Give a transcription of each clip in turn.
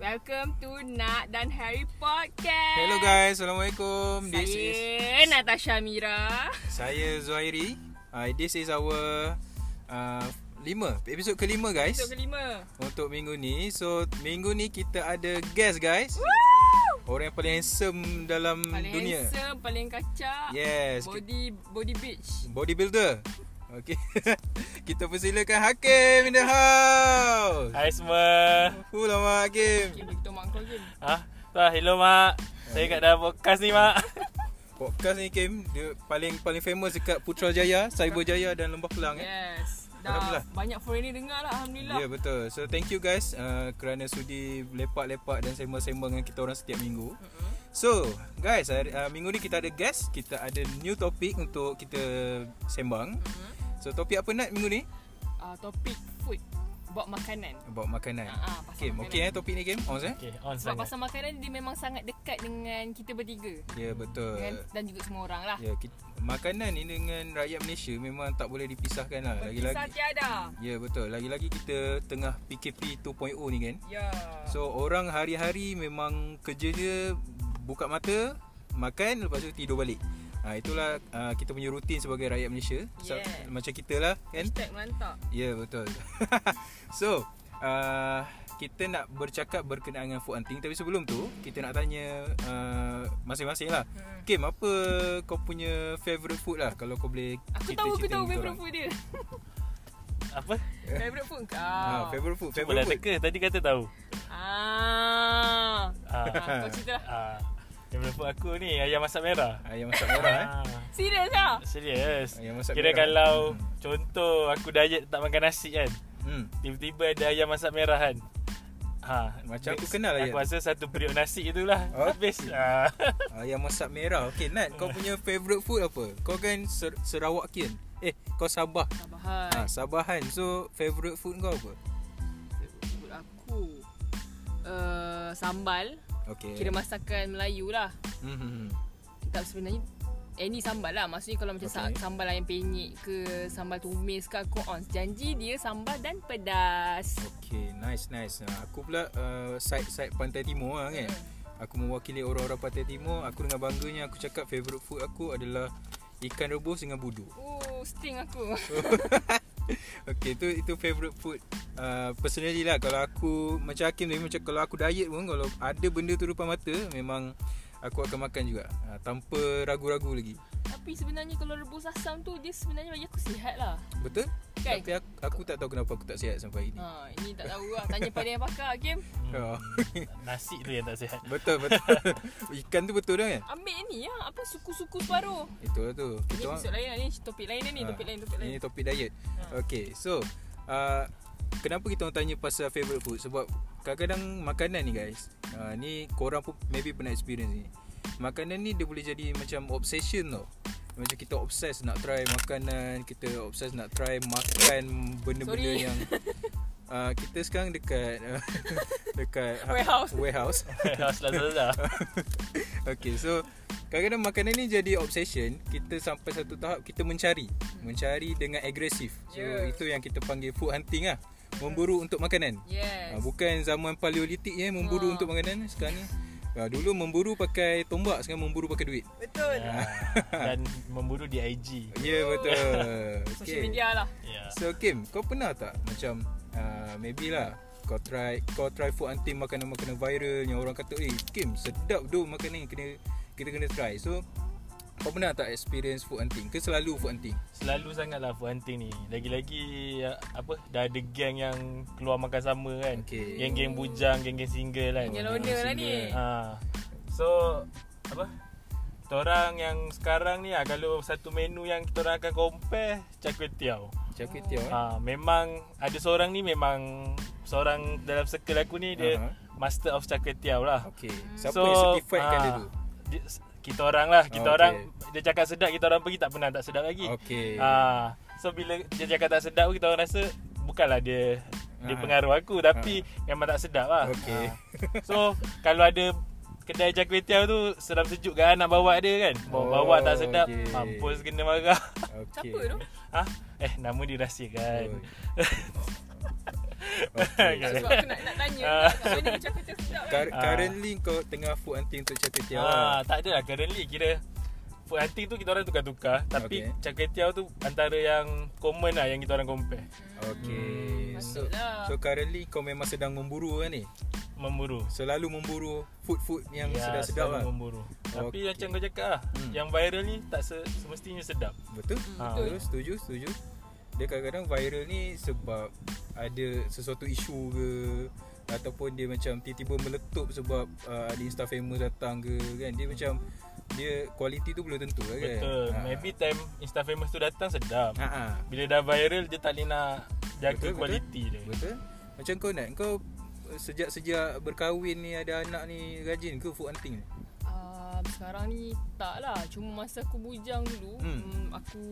Welcome to Nak dan Harry Podcast. Hello guys, Assalamualaikum. This is Saya Natasha Mira. saya Zuhairi. Uh, this is our uh, lima episod kelima guys Episod kelima. untuk minggu ni. So minggu ni kita ada guest guys. Woo! Orang yang paling handsome dalam Paling Hmm, dunia. handsome, paling kacak. Yes. Hmm. Body body bitch. Bodybuilder. Okay. kita persilakan Hakim in the house. Hai semua. Full lama Okay, Hakim. bagi tu mak kau je. Ha? Ah, hello mak. Saya kat dalam podcast ni mak. Podcast ni Hakim dia paling paling famous dekat Putrajaya, Cyberjaya dan Lembah Kelang eh. Yes. Dah Alhamdulillah. banyak foreigner dengar lah Ya yeah, Alhamdulillah. betul. So thank you guys uh, kerana sudi lepak-lepak dan sembang-sembang dengan kita orang setiap minggu. Mm-mm. So guys, hari- uh, minggu ni kita ada guest, kita ada new topik untuk kita sembang. Mm-mm. So topik apa nak minggu ni? Ah, topik food. Buat makanan. About makanan. Ah, ah, pasal Game, makanan. Hmm. okay eh topik ni game. On eh? Okay, on Sebab sangat. pasal makanan dia memang sangat dekat dengan kita bertiga. Ya yeah, betul. Dengan, dan juga semua orang lah. Ya, yeah, makanan ni dengan rakyat Malaysia memang tak boleh dipisahkan lah. Berkisah Lagi-lagi. tiada. Ya yeah, betul. Lagi-lagi kita tengah PKP 2.0 ni kan. Ya. So orang hari-hari memang kerja dia buka mata, makan lepas tu tidur balik. Ha, itulah uh, kita punya rutin sebagai rakyat Malaysia. Yeah. macam kita lah kan. Hashtag mantap. Ya yeah, betul. so uh, kita nak bercakap berkenaan dengan food hunting tapi sebelum tu kita nak tanya uh, masing-masing lah. Hmm. Kim, apa kau punya favourite food lah kalau kau boleh Aku tahu aku cerita-cerita tahu kan. dengan kita favourite orang. food dia. Apa? Favourite food kau. Ha, favourite food, Cuba lah, dah favourite food. teka. Tadi kata tahu. Ah. Ah. Ah, kau cerita lah. ah. Yang berapa aku ni ayam masak merah. Ayam masak merah eh. Ah. Serius lah. Serius. Ayam masak Kira merah. kalau Hmm. contoh aku diet tak makan nasi kan. Hmm. Tiba-tiba ada ayam masak merah kan. Ha, Macam aku mix. kenal ayam. Aku rasa satu periuk nasi itulah Oh. habis. Ah. Ayam masak merah. Okey, Nat, kau punya favourite food apa? Kau kan Ser- Serawakian. Eh, kau Sabah. Sabahan. Ha, Sabahan. So, favourite food kau apa? Food aku. Uh, sambal. Okey. Kira masakan Melayu lah. Hmm, hmm, hmm. Tak sebenarnya Any sambal lah Maksudnya kalau macam okay. Okay. sambal ayam penyet ke Sambal tumis ke Aku on Janji dia sambal dan pedas Okey, nice nice. Ha, aku pula uh, side-side Pantai Timur lah kan. Aku mewakili orang-orang Pantai Timur. Aku dengan bangganya aku cakap favourite food aku adalah ikan rebus dengan budu. Oh sting aku Okey, itu itu favourite food uh, personally lah kalau aku macam Hakim tadi macam kalau aku diet pun kalau ada benda tu depan mata memang aku akan makan juga. Uh, tanpa ragu-ragu lagi. Tapi sebenarnya kalau rebus asam tu Dia sebenarnya bagi aku sihat lah Betul? Kan? Tapi aku, aku tak tahu kenapa aku tak sihat sampai ini. Ha, ini tak tahu lah Tanya pada yang pakar Kim Oh, nasi tu yang tak sihat. betul betul. Ikan tu betul dah kan? Ambil ni lah Apa suku-suku separuh Itulah tu. Ni Kita orang episod lain lah ni Topik lain lah ni Topik Ah, lain topik lain Ini topik diet. Ha. Okay, so uh, kenapa kita orang tanya pasal favourite food? Sebab kadang-kadang makanan ni guys, uh, ni korang pun maybe pernah experience ni. Makanan ni dia boleh jadi macam obsession tau. Macam kita obses nak try makanan, kita obses nak try makan benda-benda Sorry. yang uh, kita sekarang dekat uh, dekat Ah, Warehouse. warehouse. Selasa-selasa. Okay so Kadang-kadang makanan ni jadi obsession Kita sampai satu tahap Kita mencari Mencari dengan agresif So Yeah. yeah. itu yang kita panggil food hunting lah Memburu untuk makanan Yes Ah, Bukan zaman paleolitik je Memburu Ah. untuk makanan Sekarang ni ah, Dulu memburu pakai tombak Sekarang memburu pakai duit Betul Ah, Ya. Dan memburu di IG. Ya yeah, betul Social media lah Ya. So Kim Kau pernah tak macam uh, Maybe lah kau try kau try food hunting makanan-makanan viral yang orang kata eh Kim sedap doh makanan ni kena kita kena try. So kau pernah tak experience food hunting? Ke selalu food hunting? Selalu sangatlah Fu Hunting ni. Lagi-lagi ya, apa dah ada geng yang keluar makan sama kan. Okey. Geng-geng bujang, geng-geng single kan. Yang Oh, loner lah ni single. Ha. So apa? Kita orang yang sekarang ni ah kalau satu menu yang kita orang akan compare char kway teow. Macam kuih tiaw eh? Ha, memang ada seorang ni memang seorang dalam circle aku ni dia Aha. master of char kway teow lah. Okay. Siapa yang certified kan dia ah, tu? dia- Kita orang lah Kita Oh, oh, orang okay. Dia cakap sedap Kita orang pergi tak pernah tak sedap lagi Okay. ah, So bila dia cakap tak sedap pun, Kita orang rasa Bukanlah dia Dia Ah. pengaruh aku Tapi memang tak sedap lah Okay. Ah. So Kalau ada Kedai Char Kway Teow tu Seram sejuk kan Nak bawa dia kan Bawa-bawa Oh, tak sedap okay. Mampus kena marah Ah, Okay. Siapa tu? kan? ha? Eh nama dia rahsia kan Oh. Tak, Sebab aku nak, nak tanya Ah. Kat mana macam kata sedap kan Cur- currently kau tengah food hunting untuk caketiau Ah, lah. tak ada lah currently kira food hunting tu kita orang tukar-tukar Okay. tapi okay. caketiau tu antara yang common lah yang kita orang compare Okay. Hmm, So, Patutlah. so currently kau memang sedang memburu kan ni? memburu. Selalu memburu food-food yang Ya, sedap-sedap selalu lah. Memburu. Tapi Okey. macam kau cakap lah, Hmm. Ha, yang viral ni tak se- semestinya sedap. Betul? Ah. Betul, setuju, setuju. Dia kadang-kadang viral ni sebab ada sesuatu isu ke ataupun dia macam tiba-tiba meletup sebab uh, ada insta famous datang ke kan. Dia macam dia kualiti tu belum tentu lah kan. Betul. Ha. Maybe time Insta famous tu datang sedap. Ha ah. Bila dah viral dia tak boleh nak jaga Betul, betul. kualiti dia. Betul? Macam kau nak kau uh, sejak-sejak berkahwin ni ada anak ni rajin ke food hunting ni? Um, sekarang ni tak lah Cuma masa aku bujang dulu Hmm. hmm. Aku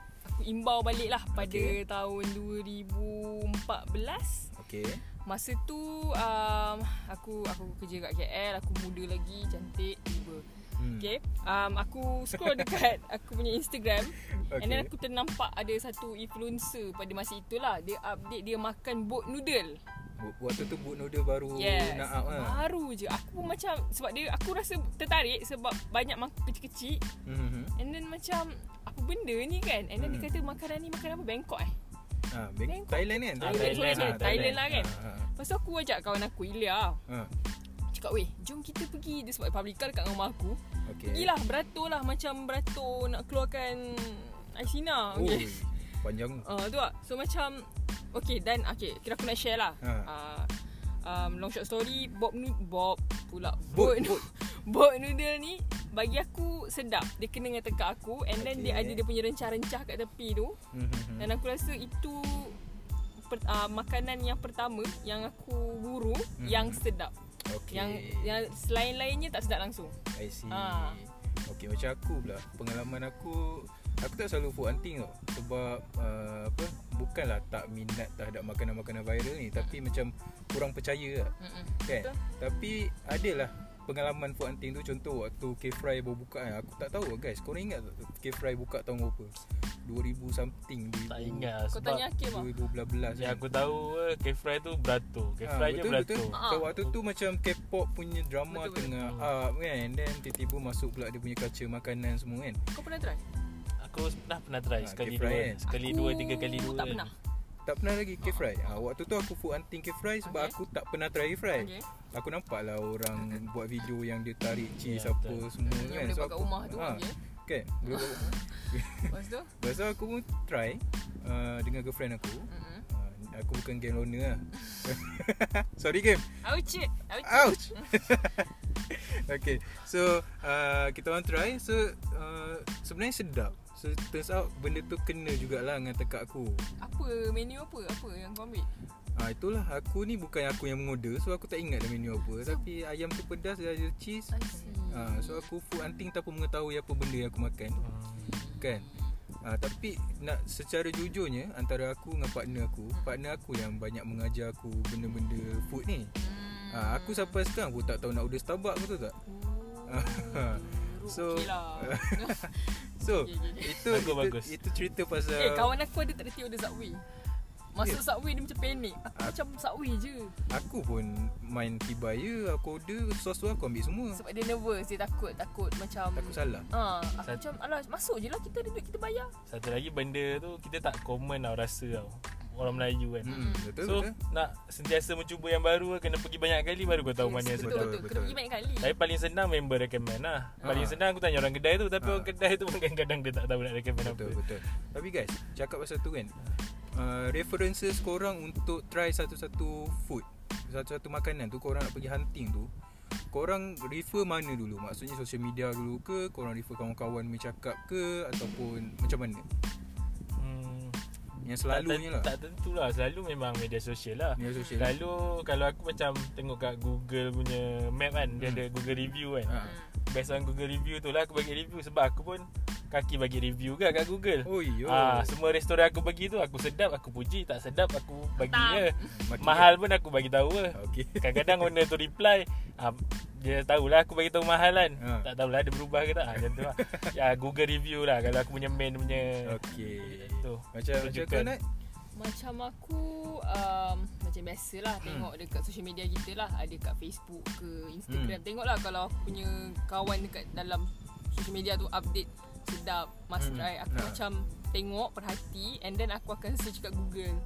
aku imbau balik lah Pada Okey. tahun 2014 Okey. Masa tu um, aku aku kerja kat KL Aku muda lagi Cantik Tiba Hmm. Okay um, Aku scroll dekat Aku punya Instagram okay. And then Okey. aku ternampak Ada satu influencer Pada masa itulah Dia update Dia makan boat noodle Bu- Waktu tu boot noodle baru Yes Ah. Oh, nak up lah. Baru je Aku pun macam Sebab dia Aku rasa tertarik Sebab banyak makan kecil-kecil Mhm. And then macam Apa benda ni kan And then Hmm. dia kata Makanan ni makanan apa Bangkok eh Ha, Bang- Bangkok. Thailand kan? Ah, Thailand, Thailand sorry, lah, sorry, Thailand lah kan Ha, ha. Lepas tu aku ajak kawan aku Ilya Ha, Cakap weh Jom kita pergi Dia sebab publica dekat rumah aku okey. Pergilah beratur lah Macam beratur Nak keluarkan Aisina Oh, Okay panjang. uh, Tu lah So macam Okay dan Okay kira aku nak share lah Ha. uh, um, Long short story Bob nu Bob pula Bob Boat, nu- Bob noodle ni Bagi aku sedap Dia kena dengan tekak aku And then dia Okay. ada Dia punya rencah-rencah kat tepi tu Mhm. Dan aku rasa itu per, uh, Makanan yang pertama Yang aku buru Hmm. Yang sedap Okey. Yang yang selain-lainnya tak sedap langsung I see. Ah. Okey, macam aku pula. Pengalaman aku aku tak selalu food hunting tau sebab uh, apa bukanlah tak minat terhadap makanan-makanan viral ni tapi macam kurang percaya lah, Mm-mm. kan. Betul. Tapi adalah pengalaman food hunting tu contoh waktu K-Fry baru buka kan. Aku tak tahu lah, guys. Korang ingat tak K-Fry buka tahun berapa? 2000 something. 2000, Tak ingat Kau sebab tanya Hakim lah 2012 yang aku tahu eh, K-Fry tu beratur. K-Fry je kan? Ha, betul, beratur. betul. Ah. So, waktu tu macam K-pop punya Betul, drama betul. betul, tengah Hmm. betul. up kan And Then tiba-tiba masuk pula dia punya kaca makanan semua kan Kau pernah try? Aku pernah pernah try Ah, sekali K-Fry dua. kan? Sekali Aku dua, tiga kali dua. Oh, Tak pernah Tak pernah lagi Ah. K-Fry ha, Waktu tu aku food hunting K-Fry Sebab Okay. aku tak pernah try K-Fry Okay. Aku nampak lah orang buat video yang dia tarik cheese Ya, apa betul. semua Yang kan boleh buat kat aku- rumah tu, ah, okay. Kan boleh buat Lepas tu Lepas tu aku pun try uh, Dengan girlfriend aku Mm-mm. uh, Aku bukan game loner lah Sorry game Ouch it. Ouch. Ouch. okay. So, uh, kita orang try. So, uh, sebenarnya sedap. So, turns out benda tu kena jugalah dengan tekak aku. Apa menu apa? Apa yang kau ambil? Ah uh, itulah aku ni bukan aku yang mengorder so aku tak ingat dah menu apa So- tapi ayam tu pedas dia ada cheese. I see. Ah uh, so aku food hunting tanpa mengetahui apa benda yang aku makan Hmm. kan. Ah uh, tapi nak secara jujurnya antara aku dengan partner aku, partner aku yang banyak mengajar aku benda-benda food ni. Hmm. Ah uh, aku sampai sekarang aku tak tahu nak order Starbucks betul tak? So So- okay lah. So Okay, okay, okay. itu Bagus, itu, bagus. itu cerita pasal Eh kawan aku ada tak reti order Subway. Masuk Yeah. Subway dia macam panik. Aku Ah. macam Subway je. aku pun main tibaya aku order sos tu aku ambil semua Sebab dia nervous, dia takut takut macam takut salah Ah, aku Sat- macam alah masuk je lah kita ada duit kita bayar. Satu lagi benda tu kita tak common tau rasa tau. Orang Melayu kan. hmm, betul so betul nak sentiasa mencuba yang baru kena pergi banyak kali baru kau tahu mana yang betul, sedap. betul, Betul, betul. Kena pergi betul. banyak kali. Tapi paling senang member recommend lah. Paling Ha. senang aku tanya orang kedai tu tapi Ha. orang kedai tu pun kadang-kadang dia tak tahu nak recommend betul apa. betul tapi guys cakap pasal tu kan uh, references korang untuk try satu-satu food satu-satu makanan tu korang nak pergi hunting tu korang refer mana dulu maksudnya social media dulu ke korang refer kawan-kawan punya cakap ke ataupun macam mana Hmm. yang Tak, selalunya lah tak, tak tentulah selalu memang media sosial lah. media sosial Lalu kalau aku macam tengok kat Google punya map kan Dia Hmm. ada Google review kan ha. Hmm. Based on Google review tu lah aku bagi review Sebab aku pun kaki bagi review ke kat Google oh yo Ah, semua restoran aku pergi tu aku sedap, aku puji, tak sedap aku bagi Tak. je. Mahal pun aku bagi tahu lah. okey Kadang-kadang owner tu reply ah, Dia tahulah aku bagi tahu mahal kan Ha. Tak tahulah dia berubah ke tak ah, Macam tu lah ya, Google review lah Kalau aku punya main punya Okey. Tu, Macam macam tunjukkan. kau nak Macam aku um, Macam biasalah Hmm. Tengok dekat social media kita lah Ada kat Facebook ke Instagram Hmm. Tengoklah kalau aku punya Kawan dekat dalam Social media tu update Sedap Must Hmm. try Aku Nah. macam Tengok perhati And then aku akan search kat Google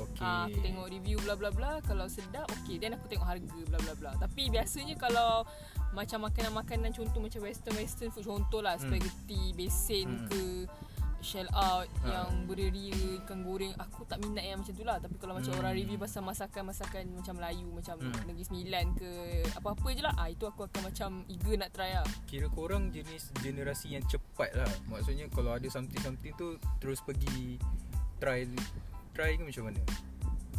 Okey. Ah, aku tengok review bla bla bla kalau sedap okey then aku tengok harga bla bla bla. Tapi biasanya kalau macam makanan-makanan contoh macam western western food contohlah Hmm. spaghetti, Hmm. besin ke shell out Ha. yang bereria ikan goreng aku tak minat yang macam tu lah tapi kalau macam Hmm. orang review pasal masakan-masakan macam Melayu macam Hmm. Negeri Sembilan ke apa-apa je lah ah, itu aku akan macam eager nak try lah Kira korang jenis generasi yang cepat lah Maksudnya kalau ada something-something tu Terus pergi try Try ke macam mana?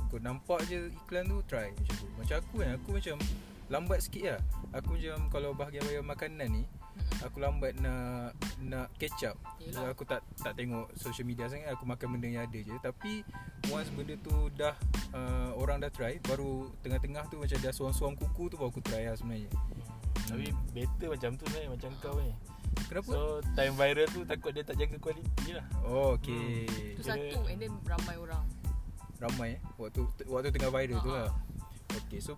Kau nampak je iklan tu try macam tu Macam aku kan, aku macam lambat sikit lah Aku macam kalau bahagian-bahagian makanan ni Aku lambat nak nak catch up Yelah. Yelah. Aku tak tak tengok social media sangat Aku makan benda yang ada je Tapi once benda tu dah uh, Orang dah try Baru tengah-tengah tu macam dah suam-suam kuku tu Baru aku try lah sebenarnya Tapi better macam tu sebenarnya Macam kau ni Kenapa? So, So time viral tu takut dia tak jaga kualiti lah oh okay itu Kira- satu and then ramai orang ramai eh waktu t- waktu tengah viral tu Ha, ha. lah. Okey, so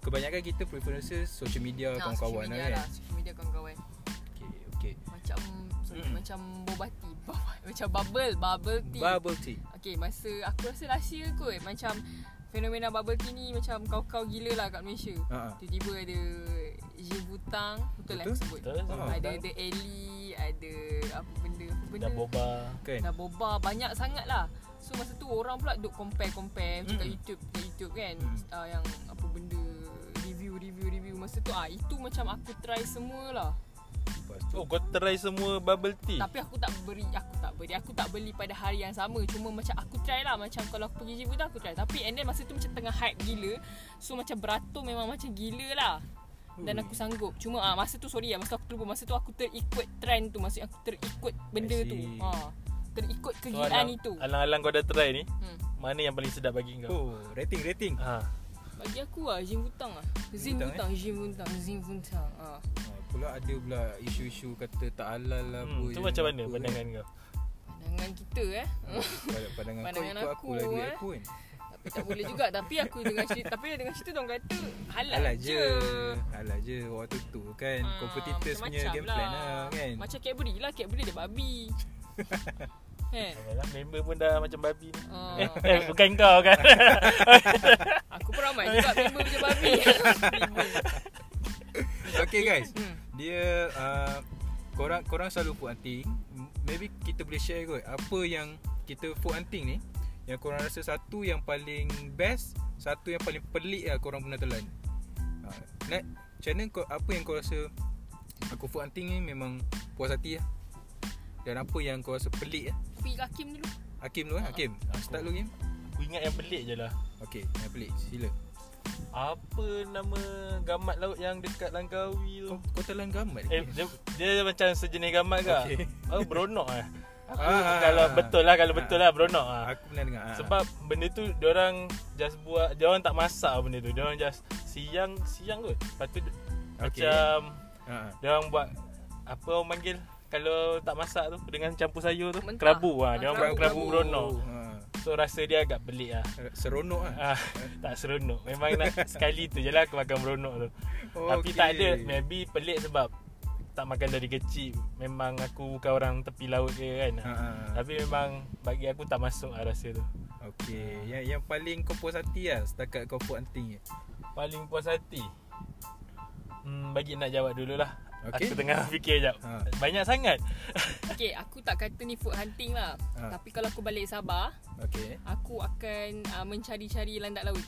kebanyakan kita preferences social media Ah, kawan-kawan social lah media kan. lah social media kawan-kawan Okey, okey. Macam sorry, Mm. Macam bobati Macam bubble Bubble tea Bubble tea. Okay masa Aku rasa last year kot Macam Fenomena bubble tea ni Macam kau-kau gila lah kat Malaysia Ha. Tiba-tiba ada Jin Butang Betul lah aku Betul, sebut Betul? Ah, Sampai Ada dah- The Ellie Ada Apa benda Apa benda Dah boba Kan? Dah boba Banyak sangat lah So masa tu orang pula Duk compare-compare Macam kat Mm. YouTube Kat YouTube kan Mm. Ah, Yang apa benda Review-review-review Masa tu ah Itu macam aku try semua lah Lepas tu Oh kau try semua bubble tea Tapi aku tak beri Aku tak beri Aku tak beli pada hari yang sama Cuma macam aku try lah Macam kalau aku pergi Jibu tu aku try Tapi and then masa tu macam tengah hype gila So macam beratur memang macam gila lah dan Ui. aku sanggup Cuma ah masa tu sorry lah Masa tu aku terlupa Masa tu aku terikut trend tu Maksudnya aku terikut benda I see. tu ha. Terikut So, kegilaan alang- itu Alang-alang kau dah try ni hmm. Mana yang paling sedap bagi Oh, kau rating rating. Ha. Bagi aku lah Jin Butang lah Zin Butang, eh? Butang Jin Butang Zin Butang ha. Ha, pula ada pula isu-isu kata tak halal lah apa. Hmm, tu je, macam apa mana kan. pandangan kau? Pandangan kita eh Pada- Pandangan, Pandangan kau ikut aku, aku, lah duit eh. aku kan. Tapi tak boleh juga Tapi aku dengan cerita Tapi dengan cerita Diorang kata Halal, Halal je. je. Halal je waktu tu kan. Ah, Competitors punya macam-macam game plan lah kan. Macam Cadbury lah Cadbury dia babi Kan Alah, member pun dah macam babi ni. Ah, Eh, eh, bukan kau kan? Aku pun ramai juga member macam babi Okay guys Hmm. Dia uh, Korang korang selalu food hunting M- Maybe kita boleh share kot Apa yang Kita food hunting ni Yang korang rasa satu yang paling best Satu yang paling pelik lah korang pernah telan uh, Nat Macam mana kau, apa yang kau rasa Aku food hunting ni memang Puas hati lah Dan apa yang kau rasa pelik lah Pergi ke Hakim dulu Hakim dulu kan Hakim Ah, Aku. Start dulu Hakim Aku ingat yang pelik je lah. Okay yang pelik sila Apa nama gamat laut yang dekat Langkawi tu? Kau, kau telan gambar Eh, dia, dia macam sejenis gamat ke? Okey. Oh, beronok eh. Aku, Ah. kalau betul lah, kalau betul lah beronok ah. Aku pernah dengar ah. Sebab benda tu diorang just buat, diorang tak masak benda tu. Diorang just siang siang kot. Lepas tu Okey. macam Ah, ah. diorang buat apa orang panggil kalau tak masak tu dengan campur sayur tu Mentah. kerabu Ah, ah. Diorang buat kerabu, kerabu kerabu. beronok. Ah. So rasa dia agak pelik lah. Seronok lah Ah, tak seronok Memang nak sekali tu je lah Aku makan beronok tu okay. Tapi tak ada Maybe pelik sebab Tak makan dari kecil Memang aku bukan orang tepi laut je kan Ha, ha. Tapi memang Bagi aku tak masuk lah rasa tu Okey, yang yang paling kau puas hati lah setakat kau puas hunting je. Paling puas hati hmm, Bagi nak jawab dululah Okey. Aku tengah fikir jap Ha. Banyak sangat Okay aku tak kata ni food hunting lah Ah. Tapi kalau aku balik Sabah Okey. Aku akan uh, mencari-cari landak laut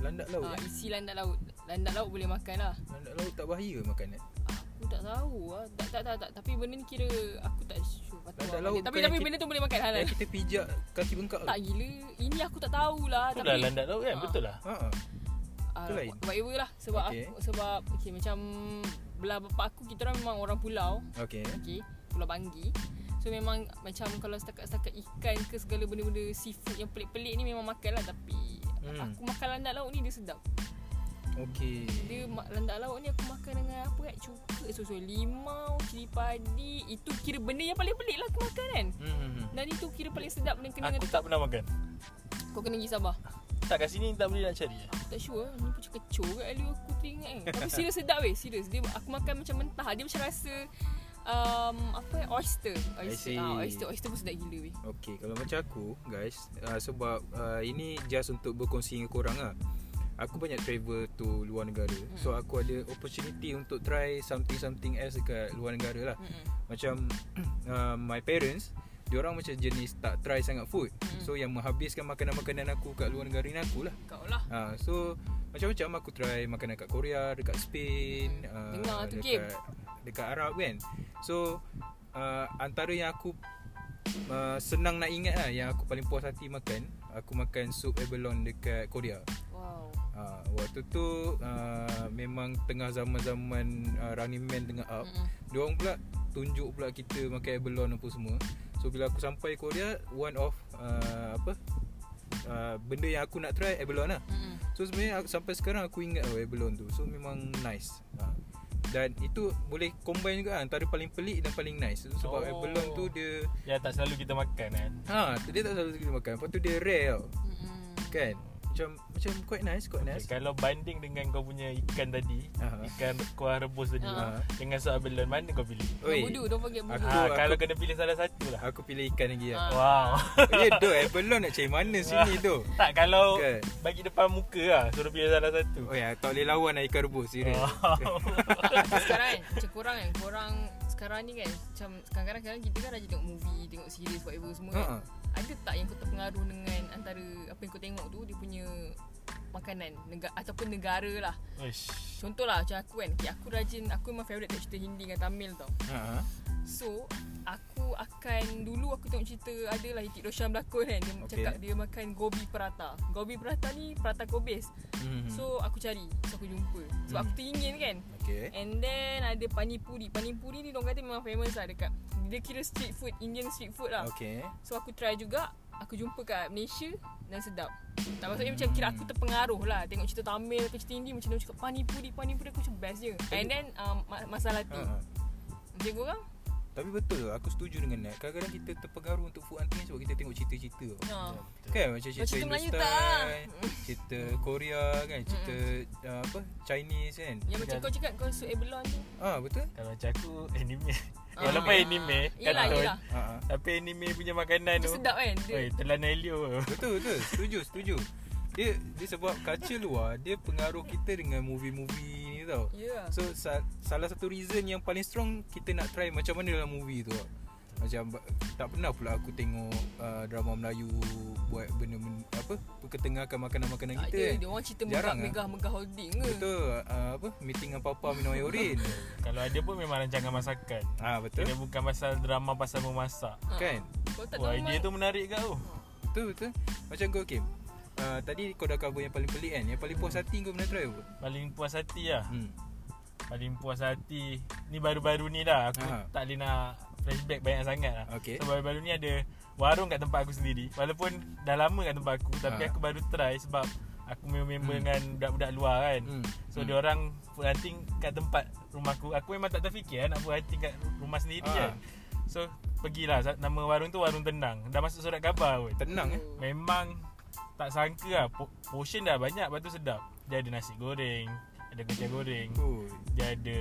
Landak laut. uh, eh? Isi landak laut Landak laut boleh makan lah Ah, Landak laut tak bahaya eh. ke makanan? Aku tak tahu lah tak, tak tak tak Tapi benda ni kira Aku tak sure patut orang Landak laut panggil. Tapi bukan tapi yang benda tu boleh makan halal Yang kita pijak kaki bengkak. Tak gila Ini aku tak tahulah Itulah Tapi landak laut kan Ha. Betul lah Ha. ha. Ah, Tu lain. Whatever lah Sebab Okay. okay. aku, sebab okay, Macam Belah bapak aku Kita orang memang orang pulau Okey. Okay Pulau Banggi So memang Macam kalau setakat-setakat ikan ke Segala benda-benda seafood yang pelik-pelik ni Memang makan lah Tapi Hmm. Aku makan landak laut ni dia sedap Okey. Dia mak landak laut ni aku makan dengan apa kan Cuka susu limau Cili padi Itu kira benda yang paling pelik lah aku makan kan Hmm. Dan itu kira paling sedap dan kena Aku tak pernah makan Kau kena pergi Sabah Tak kat sini tak boleh nak cari eh? Tak sure Ni macam kecoh kat Aliu aku teringat eh Tapi serius sedap weh Serius dia, Aku makan macam mentah Dia macam rasa um, Apa eh Oyster Oyster see. ah, Oyster Oyster pun sedap gila weh Okey, kalau macam aku guys, uh, sebab uh, ini just untuk berkongsi dengan korang lah. Aku banyak travel to luar negara. Hmm. So aku ada opportunity untuk try something something else dekat luar negara lah. Mm-mm. Macam uh, my parents, diorang macam jenis tak try sangat food. Hmm. So yang menghabiskan makanan-makanan aku kat luar negara ni akulah. Kau lah Ha, so macam-macam aku try makanan kat Korea, dekat Spain, Hmm. uh, Dengar tu, Kim. dekat, dekat Arab kan. So uh, antara yang aku uh, senang nak ingat lah yang aku paling puas hati makan, aku makan sup abalone dekat Korea. Wow Uh, waktu tu uh, memang tengah zaman-zaman uh, Running Man tengah up. Mm-mm. Diorang pula tunjuk pula kita makan abalone apa semua. So bila aku sampai Korea, one of uh, apa uh, benda yang aku nak try abalone lah. Mm-mm. So sebenarnya aku, sampai sekarang aku ingat oh, Abalone tu So memang nice ha. Dan itu boleh combine juga ah, Antara paling pelik dan paling nice so, Sebab Oh. oh. Abalone tu dia Yang Ya, tak selalu kita makan kan ha, Dia tak selalu kita makan Lepas tu dia rare tau Mm-mm. Kan Macam macam quite nice Quite okay, nice Kalau banding dengan kau punya ikan tadi Aha. Ikan kuah rebus tadi Ah. Dengan sup abelon Mana kau pilih? Oi. Oi, Budu, don't forget budu. Aku- Ah, aku- kalau kena pilih salah satu lah Aku pilih ikan lagi lah Ah. Wow Ya tu Abalone nak cari mana sini tu Tak kalau Kan. Bagi depan muka lah Suruh pilih salah satu Oh ya, tak boleh lawan lah ikan rebus serius. Ah. Macam sekarang kan Macam korang kan Korang sekarang ni kan Macam sekarang-kadang sekarang kita kan rajin tengok movie Tengok series whatever semua kan Ha. Ada tak yang kau terpengaruh dengan Antara apa yang kau tengok tu Dia punya makanan negara, Ataupun negara lah Uish. Contoh lah macam aku kan okay, Aku rajin Aku memang favourite tengok cerita Hindi dengan Tamil tau Ha. So Aku akan Dulu aku tengok cerita Adalah Hitik Roshan berlakon kan Dia Okay. okay. cakap dia makan gobi prata Gobi prata ni Prata kobis Hmm. So aku cari So aku jumpa Sebab Hmm. aku teringin kan okay. And then ada panipuri Panipuri ni diorang kata memang famous lah dekat Dia kira street food Indian street food lah Okay. So aku try juga Aku jumpa kat Malaysia Dan sedap Tak maksudnya macam kira aku terpengaruh lah Tengok cerita Tamil ke cerita Hindi Macam dia cakap panipuri Panipuri aku macam best je And then um, ma- masalah tu Ha. Macam korang Tapi betul lah, aku setuju dengan Nat. Kadang-kadang kita terpengaruh untuk food hunting sebab kita tengok cerita-cerita tau. ha. Kan macam cerita cerita Melayu Hindustan tak ah. Hmm. Cerita Korea kan Cerita uh, apa Chinese kan Yang macam Kan. kau cakap kau suka abalone tu Ah betul Kalau macam aku Anime Ah. Ya, Walaupun anime Yelah, kartun, yelah. ha, ah. Tapi anime punya Dia makanan tu sedap kan dia, Oi, telan Elio Betul betul Setuju setuju Dia dia sebab culture luar Dia pengaruh kita dengan movie-movie ni tau Yeah So sa- salah satu reason yang paling strong Kita nak try macam mana dalam movie tu tau. Macam ba- tak pernah pula aku tengok uh, drama Melayu Buat benda-benda apa Perketengahkan makanan-makanan Tak kita ada kan. Dia orang cerita Jarang ah. megah-megah holding ke Betul uh, apa Meeting dengan Papa minum air oren Kalau ada pun memang rancangan masakan Ah betul Dia bukan pasal drama Pasal memasak Ha. Kan Kau tak tahu Wah lah. idea Mat. tu menarik kat tu Betul betul Macam kau Kim uh, Tadi kau dah cover yang paling pelik kan Yang paling Hmm. puas hati kau pernah try apa? Paling puas hati lah Hmm. Paling puas hati Ni baru-baru ni lah Aku Aha. tak boleh nak flashback banyak sangat lah Okey. So baru-baru ni ada warung kat tempat aku sendiri Walaupun dah lama kat tempat aku Tapi Ha. aku baru try sebab Aku member-member dengan budak-budak luar kan Hmm. So dia orang food hunting kat tempat rumah aku Aku memang tak terfikir lah nak food hunting kat rumah sendiri Ah. kan So pergilah Sa- nama warung tu Warung Tenang Dah masuk surat khabar pun Tenang eh. Memang tak sangka lah po- Portion dah banyak Lepas tu sedap Dia ada nasi goreng Ada kacang goreng Ui. Dia ada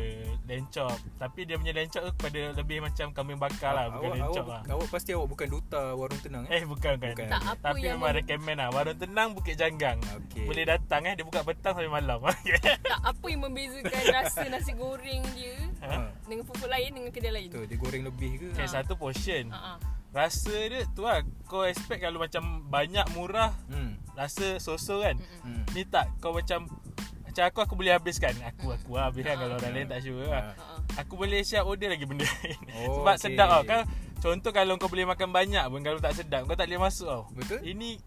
lencop Tapi dia punya lencop tu Kepada lebih macam kambing bakar lah awak, Bukan lencop awak, lah awak pasti awak bukan duta warung tenang eh. Eh bukan kan Bukan. Tak apa Tapi yang memang recommend lah Warung Tenang Bukit Janggang Okey. Boleh datang eh Dia buka petang sampai malam Tak apa yang membezakan rasa nasi goreng dia eh. Ha. Dengan pupuk lain Dengan kedai lain Ha, Betul, dia goreng lebih ke? Okay satu portion Ha-ha. Rasa dia tu lah Kau expect kalau macam Banyak murah Hmm. Rasa so-so kan Mm-mm. Hmm. Ni tak kau macam Macam aku aku boleh habiskan Aku aku lah habis Ha. kan Kalau orang lain tak sure Ha. lah Ha-ha. Aku boleh siap order lagi benda lain Oh, Sebab okey. sedap tau kau, Contoh kalau kau boleh makan banyak pun Kalau tak sedap kau tak boleh masuk tau Betul. Ini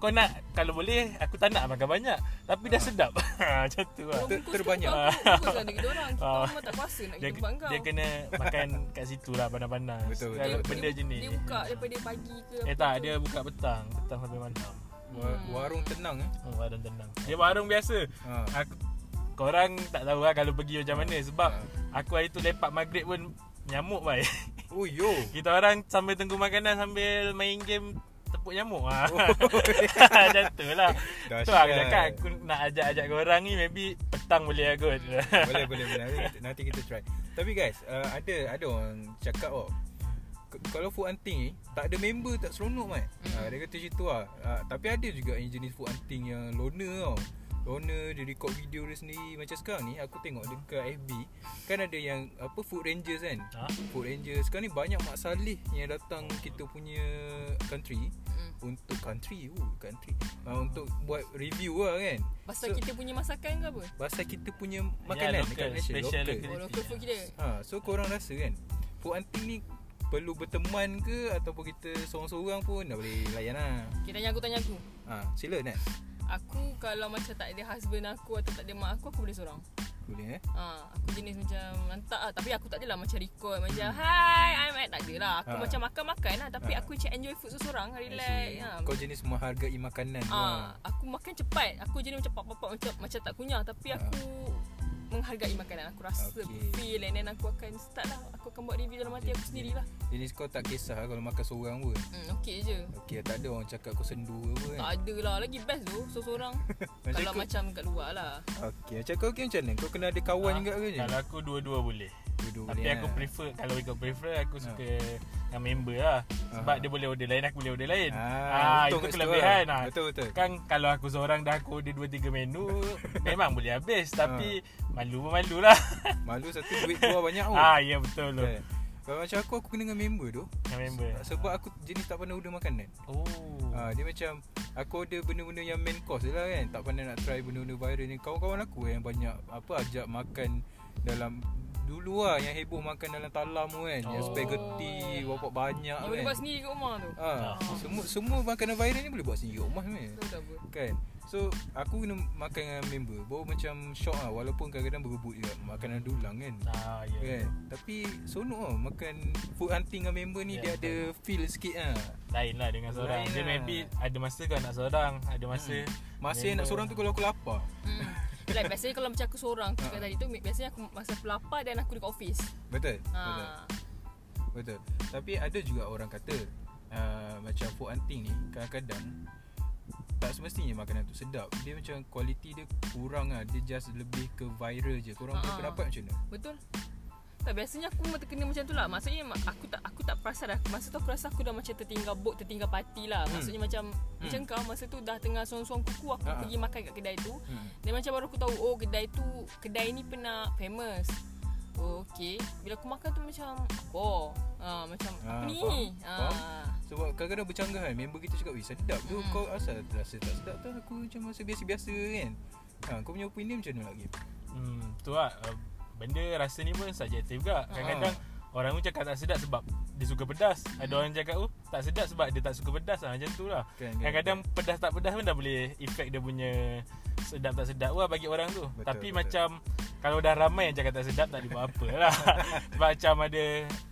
kau nak Kalau boleh aku tak nak makan banyak Tapi dah sedap Macam tu lah Orang Ter- bungkus terbanyak. tu kau bungkus lah Dia orang Kita Ah. memang tak kuasa Nak dia, kita buat kau dia kena makan kat situ lah Panas-panas Betul, Kalau betul. Benda jenis Dia buka daripada pagi ke Eh apa tak tu. dia buka petang Petang sampai malam Wa- warung tenang eh. Oh, warung tenang Dia warung biasa Ha. Aku Korang tak tahu lah kalau pergi macam mana Sebab Ah. aku hari tu lepak maghrib pun nyamuk baik Oh yo Kita orang sambil tunggu makanan sambil main game tepuk nyamuk ah. Oh. Macam tu lah Tu aku cakap aku nak ajak-ajak korang ni maybe petang boleh lah kot boleh boleh boleh Nanti- nanti kita try tapi guys uh, ada ada orang cakap oh k- kalau food hunting ni tak ada member tak seronok mat mm. uh, dia kata macam tu lah uh, tapi ada juga yang jenis food hunting yang loner tau loner dia record video dia sendiri macam sekarang ni aku tengok dekat FB kan ada yang apa food rangers kan Ha? food rangers sekarang ni banyak mak salih yang datang kita punya country Mm. untuk country oh, country uh, untuk buat review lah kan Pasal So- kita punya masakan ke apa? pasal kita punya makanan Ya, local, dekat Malaysia special local. local. Oh, local food kita. Ha, so korang rasa kan Food hunting ni Perlu berteman ke Ataupun kita seorang-seorang pun Dah boleh layan lah Okay, tanya aku, tanya aku. ha, Sila Nat Aku kalau macam tak ada husband aku atau tak ada mak aku, aku boleh seorang. Boleh eh Ha, aku jenis macam lantak lah Tapi aku tak adalah macam record Macam hi I'm at Tak adalah Aku Ah. Ha. ha. macam makan-makan lah Tapi Ha. ha. aku macam enjoy food seorang-seorang Relax Actually, ha. Kau jenis menghargai makanan lah. ha. Aku makan cepat Aku jenis macam papak-papak Macam, macam tak kunyah Tapi Ha. aku Menghargai makanan Aku rasa Okay. okay. feel And then aku akan start lah Aku akan buat review dalam hati aku sendiri lah lah. Jenis kau tak kisah lah Kalau makan seorang pun hmm, Okay je Okay tak ada orang cakap kau sendu ke apa kan Tak ada lah Lagi best tu Seorang-seorang Kalau kau, macam kat luar lah okay, macam kau okay, macam mana Kau kena ada kawan Ah, juga ke je Kalau aku dua-dua boleh Dua-dua Tapi boleh, aku ha. prefer Kalau ikut prefer Aku suka Yang member lah Sebab Ah. dia boleh order lain Aku boleh order lain Ah, ah, untung Itu kat situ kelebihan lah. ah. Betul betul Kan kalau aku seorang Dah aku order 2-3 menu Memang boleh habis Ha. Tapi Malu pun malu lah Malu satu duit keluar banyak oh. ah, Ya betul tu Kan? Kalau macam aku Aku kena dengan member tu Yang member Sebab aku jenis tak pandai order makanan Oh Ha, dia macam Aku order benda-benda yang main course je lah kan Tak pandai nak try benda-benda viral ni Kawan-kawan aku yang banyak Apa ajak makan Dalam Dulu lah yang heboh makan dalam talam tu kan Yang Oh. spaghetti Bapak banyak Yang boleh kan buat sendiri kat rumah tu ha, Ah. Semua semua makanan viral ni boleh buat sendiri kat rumah ni Tahu tak apa Kan So aku kena makan dengan member Baru macam shock lah Walaupun kadang-kadang berebut juga Makanan dulang kan ah, ya. Kan Tapi seronok lah Makan food hunting dengan member ni Dia Ya, ada feel sikit lah Lain lah dengan Lain seorang Dia lah. maybe Ada masa kau nak seorang Ada masa Masa yang nak Member. seorang tu kalau aku lapar Hmm. Like, biasanya kalau macam aku seorang Aku cakap Ha. tadi tu Biasanya aku masa aku lapar Dan aku dekat office Betul Betul ha. Ah. Betul Tapi ada juga orang kata uh, Macam food hunting ni Kadang-kadang Tak semestinya makanan tu sedap Dia macam kualiti dia kurang lah Dia just lebih ke viral je Korang Ah. punya Ha. pendapat macam mana? Betul tak biasanya aku memang terkena macam tu lah Maksudnya ma- aku tak aku tak perasan dah Masa tu aku rasa aku dah macam tertinggal bot Tertinggal parti Hmm. lah Maksudnya macam Macam kau masa tu dah tengah suang-suang kuku Aku Ha. pergi makan kat kedai tu Hmm. Dan macam baru aku tahu Oh kedai tu Kedai ni pernah famous Oh okay Bila aku makan tu macam Oh ha, Macam Ha, apa ni faham. ha. Sebab kadang-kadang bercanggah kan Member kita cakap Weh sedap tu Hmm. Kau asal rasa tak sedap tu Aku macam rasa biasa-biasa kan ha, Kau punya opinion macam mana lagi? Hmm, tu lah uh, Benda rasa ni pun subjektif juga Kadang-kadang Hmm. Orang pun cakap tak sedap sebab Dia suka pedas Ada orang cakap oh, Tak sedap sebab dia tak suka pedas lah Macam tu lah Kan, kan. Kadang-kadang pedas tak pedas pun dah boleh Efek dia punya Sedap tak sedap lah bagi orang tu Betul, Tapi betul. macam Kalau dah ramai yang cakap tak sedap Tak ada buat apa lah Sebab macam ada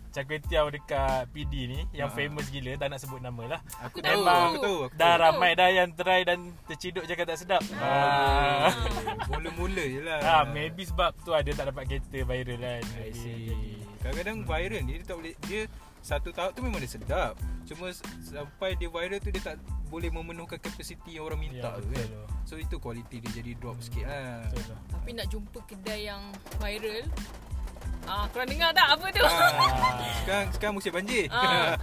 Char Kway Teow dekat PD ni Yang Ah. famous gila Tak nak sebut nama lah Aku tahu, Aku tahu aku Dah tahu. ramai dah yang try Dan terciduk cakap tak sedap ah. tahu. Mula-mula je lah Ah, maybe sebab tu ada tak dapat kereta viral kan. I Maybe see. jadi. Kadang-kadang viral ni dia tak boleh dia satu tahap tu memang dia sedap. Cuma s- sampai dia viral tu dia tak boleh memenuhkan kapasiti yang orang minta Ya, tu betul kan. tu. So itu kualiti dia jadi drop sikit lah. Betul tu. Tapi nak jumpa kedai yang viral Ah, korang dengar tak apa tu? Ah, sekarang sekarang musim banjir. Ah,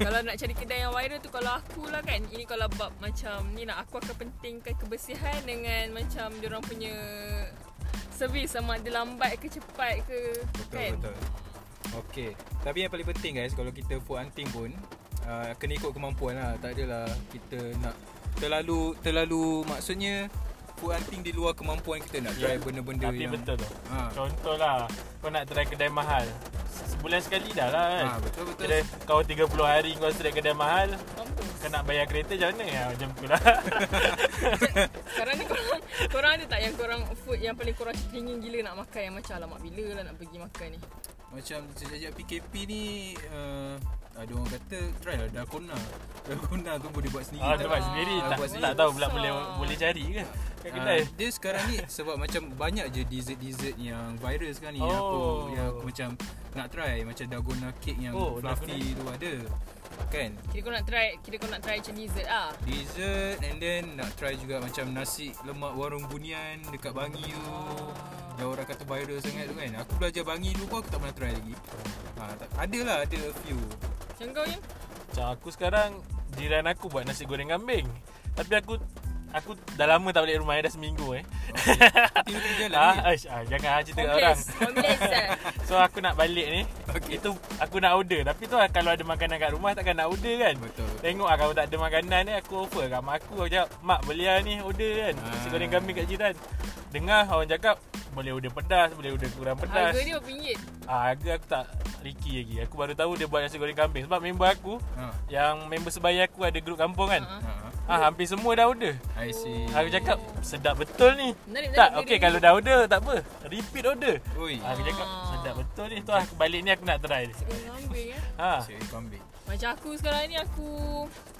kalau nak cari kedai yang viral tu kalau aku lah kan ini kalau bab macam ni lah aku akan pentingkan kebersihan dengan macam diorang punya servis sama ada lambat ke cepat ke betul kan betul. Okey. Tapi yang paling penting guys kalau kita food hunting pun uh, kena ikut kemampuan lah. Tak adalah kita nak terlalu terlalu maksudnya food hunting di luar kemampuan kita nak try Ya. benda-benda Tapi yang betul tu. Ha. Contoh lah kau nak try kedai mahal. Sebulan sekali dah lah kan. Ah, betul betul. Kedai, kau 30 hari kau straight kedai mahal Mampus. Kau nak bayar kereta macam mana ya, Macam tu lah Sekarang ni korang, korang ada tak yang korang food yang paling korang teringin gila nak makan yang macam alamak bila lah nak pergi makan ni Macam sejak PKP ni uh, ada orang kata try lah dalkona. Dalkona tu boleh buat sendiri. Ah, tak dia buat apa. sendiri Ah, tak, buat tak sendiri. tahu pula boleh Susah. boleh cari ke kat Ah, kedai. dia sekarang ni sebab macam banyak je dessert-dessert yang viral sekarang ni yang aku Oh. yang aku macam nak try macam dalgona cake yang Oh, oh, fluffy tu ada. Kan? Kira kau nak try Kira kau nak try macam dessert ah. Dessert and then nak try juga macam nasi lemak warung bunian dekat Bangi tu. Yang orang kata viral sangat tu kan. Aku belajar Bangi dulu pun aku tak pernah try lagi. Ha, tak, ada lah ada a few. Macam kau ni Macam aku sekarang jiran aku buat nasi goreng kambing. Tapi aku aku dah lama tak balik rumah eh, dah seminggu eh. Tiba-tiba jalan ah, ni. aish, ah, jangan ah, cerita kat orang. Homeless Homeless eh So aku nak balik ni. Okay. Itu aku nak order. Tapi tu lah, kalau ada makanan kat rumah takkan nak order kan. Betul. Tengok lah kalau tak ada makanan ni aku offer kat mak aku. Aku cakap, mak boleh lah ni order kan. Nasi Ah. goreng kambing kat jiran. Dengar orang cakap boleh order pedas, boleh order kurang pedas. Harga dia RM1 Ah, harga aku tak Riki lagi. Aku baru tahu dia buat nasi goreng kambing sebab member aku Ha. yang member sebaya aku ada grup kampung kan. Ha. Ha. Ah, hampir semua dah order. I see. Aku cakap sedap betul ni. Menarik, tak, menarik, okey menarik. kalau dah order tak apa. Repeat order. Oi. Ah, Aku cakap Ah. sedap betul ni. Tu lah aku balik ni aku nak try ni. Kena ambil eh Ha. Saya kambing. Macam aku sekarang ni aku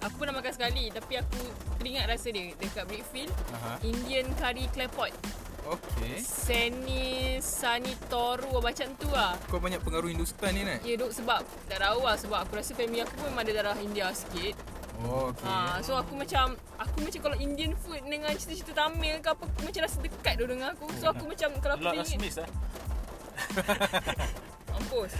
Aku pernah makan sekali Tapi aku teringat rasa dia Dekat Brickfield Aha. Indian curry claypot Okey. Seni Sani Toru Macam tu lah Kau banyak pengaruh Hindustan ni nak? Ya duk sebab Tak tahu lah Sebab aku rasa family aku pun Memang ada darah India sikit Oh, okey. ha, So aku macam Aku macam kalau Indian food Dengan cerita-cerita Tamil ke apa Aku macam rasa dekat dia dengan aku So aku macam Kalau aku Lot of teringin sneeze lah. Mampus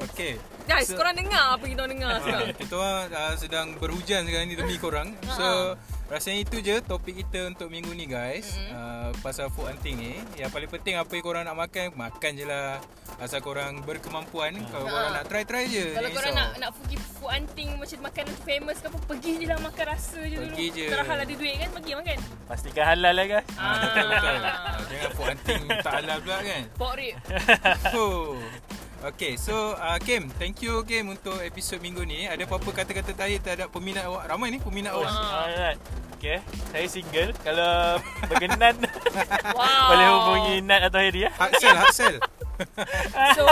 Okey. Guys So- korang dengar Apa kita orang dengar sekarang Ha, kita orang uh, sedang berhujan sekarang ni demi korang. So rasanya itu je topik kita untuk minggu ni guys. Mm-hmm. Uh, pasal food hunting ni. Yang paling penting apa yang korang nak makan, makan je lah. Asal korang berkemampuan, Ha. kalau korang nak try-try je. Kalau Jangan korang risau. nak nak pergi food hunting macam makanan tu famous ke apa, pergi je lah makan rasa je dulu. Pergi je. Kalau hal ada duit kan, pergi makan. Pastikan halal lah guys. Ah, betul betul. Ah. Ah, Jangan food hunting tak halal pula kan. Pork rib. Oh. Okay, so uh, Kim, thank you Kim untuk episod minggu ni. Ada apa-apa kata-kata terakhir terhadap peminat awak? Ramai ni peminat Oh, awak. alright. Okay, saya single. Kalau berkenan Wow. boleh hubungi Nat atau Heri ya. Hard sell, hard sell. So,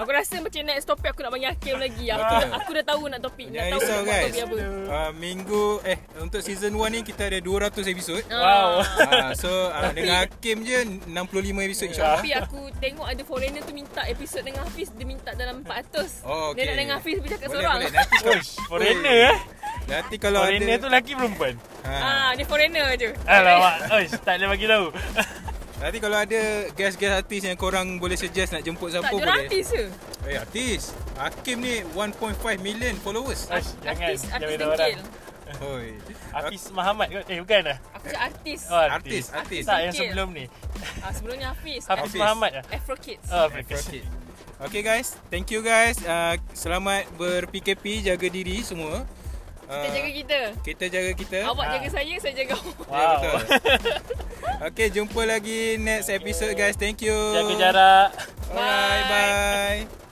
aku rasa macam next topik aku nak bagi Hakim lagi. Aku Betul. dah, aku dah tahu nak topik. Jangan nak risau tahu guys. topik apa. Uh, minggu eh untuk season 1 ni kita ada 200 episod. Ah. Wow. Uh, so uh, dengan Hakim je 65 episod insyaAllah. Tapi aku tengok ada foreigner tu minta episod dengan Hafiz. Dia minta dalam 400. Oh, Dia okey. nak dengan Hafiz bercakap Boleh, seorang. boleh. Nanti kalau, Uish, foreigner eh. nanti kalau Foreigner ada tu lah. lelaki perempuan. ha, Ah, dia foreigner je. Alamak, uish, tak boleh bagi tahu. nanti kalau ada guest-guest artis yang korang boleh suggest nak jemput Tak, siapa dia orang boleh. artis je. Eh artis. Hakim ni 1.5 million followers. Uish, jangan. Artis, jangan artis beritahu orang. dengkil. Oi. Hafiz Muhammad kot. Eh, bukan lah. Aku cakap artis. Oh, Artis, artis. Tak, yang Dengkil. sebelum ni. Ah, sebelumnya Hafiz. Hafiz Hafiz. Muhammad lah. Afro Kids. Oh, Okay. Eh, okay guys, thank you guys. Uh, selamat ber-PKP, jaga diri semua. Ah, Kita jaga kita. kita jaga kita. Awak Ah. jaga saya, saya jaga awak. Ya, Wow. betul. okay, jumpa lagi next episode guys. Thank you. Jaga jarak. Alright, bye.